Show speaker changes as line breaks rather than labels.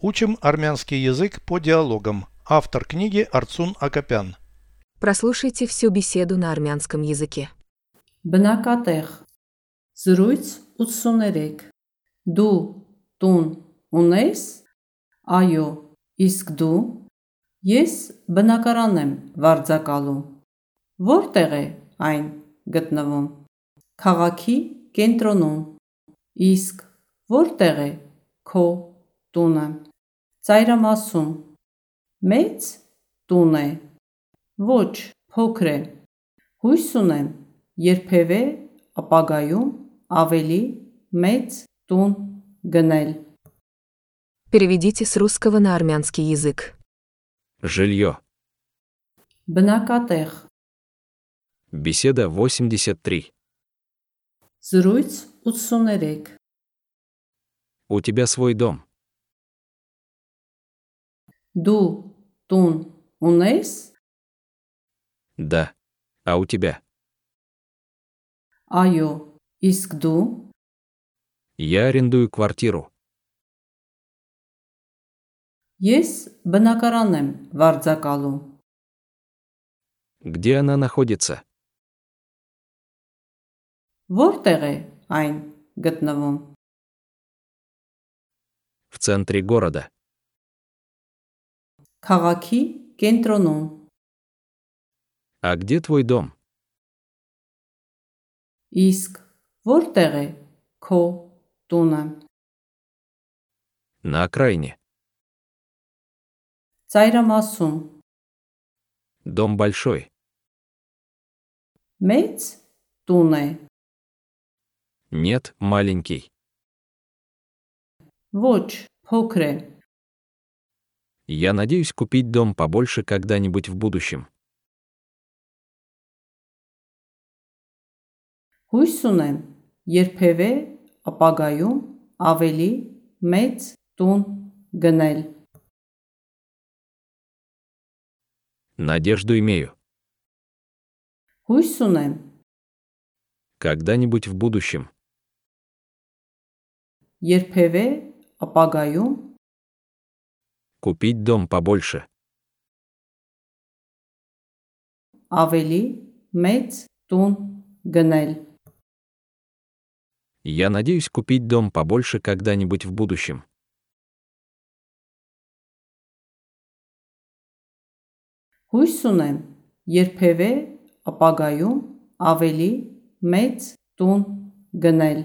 Учим армянский язык по диалогам. Автор книги Арцун Акопян.
Прослушайте всю беседу на армянском языке.
Բնակատեղ Զրույց 83 Դու տուն ունես? Այո, իսկ դու? Ես բնակարան եմ Վարձակալում։ Որտեղ է այն գտնվում? Քաղաքի կենտրոնում։ Իսկ որտեղ է քո տունը? Ծայրամասում։ Մեծ տուն է։ Ոչ, փոքր է։ Հույս ունեմ, երբևէ ապագայում ավելի մեծ տուն գնել։
Переведите с русского на армянский язык.
Жилье.
Բնակատեղ
Беседа 83.
Զրույց 83
У тебя свой дом.
Դու տուն ունես?
Да. А у тебя?
Այո, իսկ դու?
Я арендую квартиру.
Ես բնակարան եմ Վարձակալում։
Где она находится?
Որտեղ է այն գտնվում?
В центре города.
Քաղաքի կենտրոնում։
А где твой дом?
Իսկ որտեղ է քո տունը?
На окраине.
Ծայրամասում։
Дом большой.
Մեծ տուն է։
Нет, маленький.
Ոչ, փոքր է։
Я надеюсь купить дом побольше когда-нибудь в будущем.
Հույս ունեմ, երբևէ ապագայում ավելի մեծ տուն գնել։
Надежду имею.
Հույս ունեմ,
Когда-нибудь в будущем.
երբևէ ապագայում
Купить дом побольше.
ավելի մեծ տուն գնել։
Я надеюсь купить дом побольше когда-нибудь в будущем.
Հույս ունեմ, երբևէ ապագայում ավելի մեծ տուն գնել։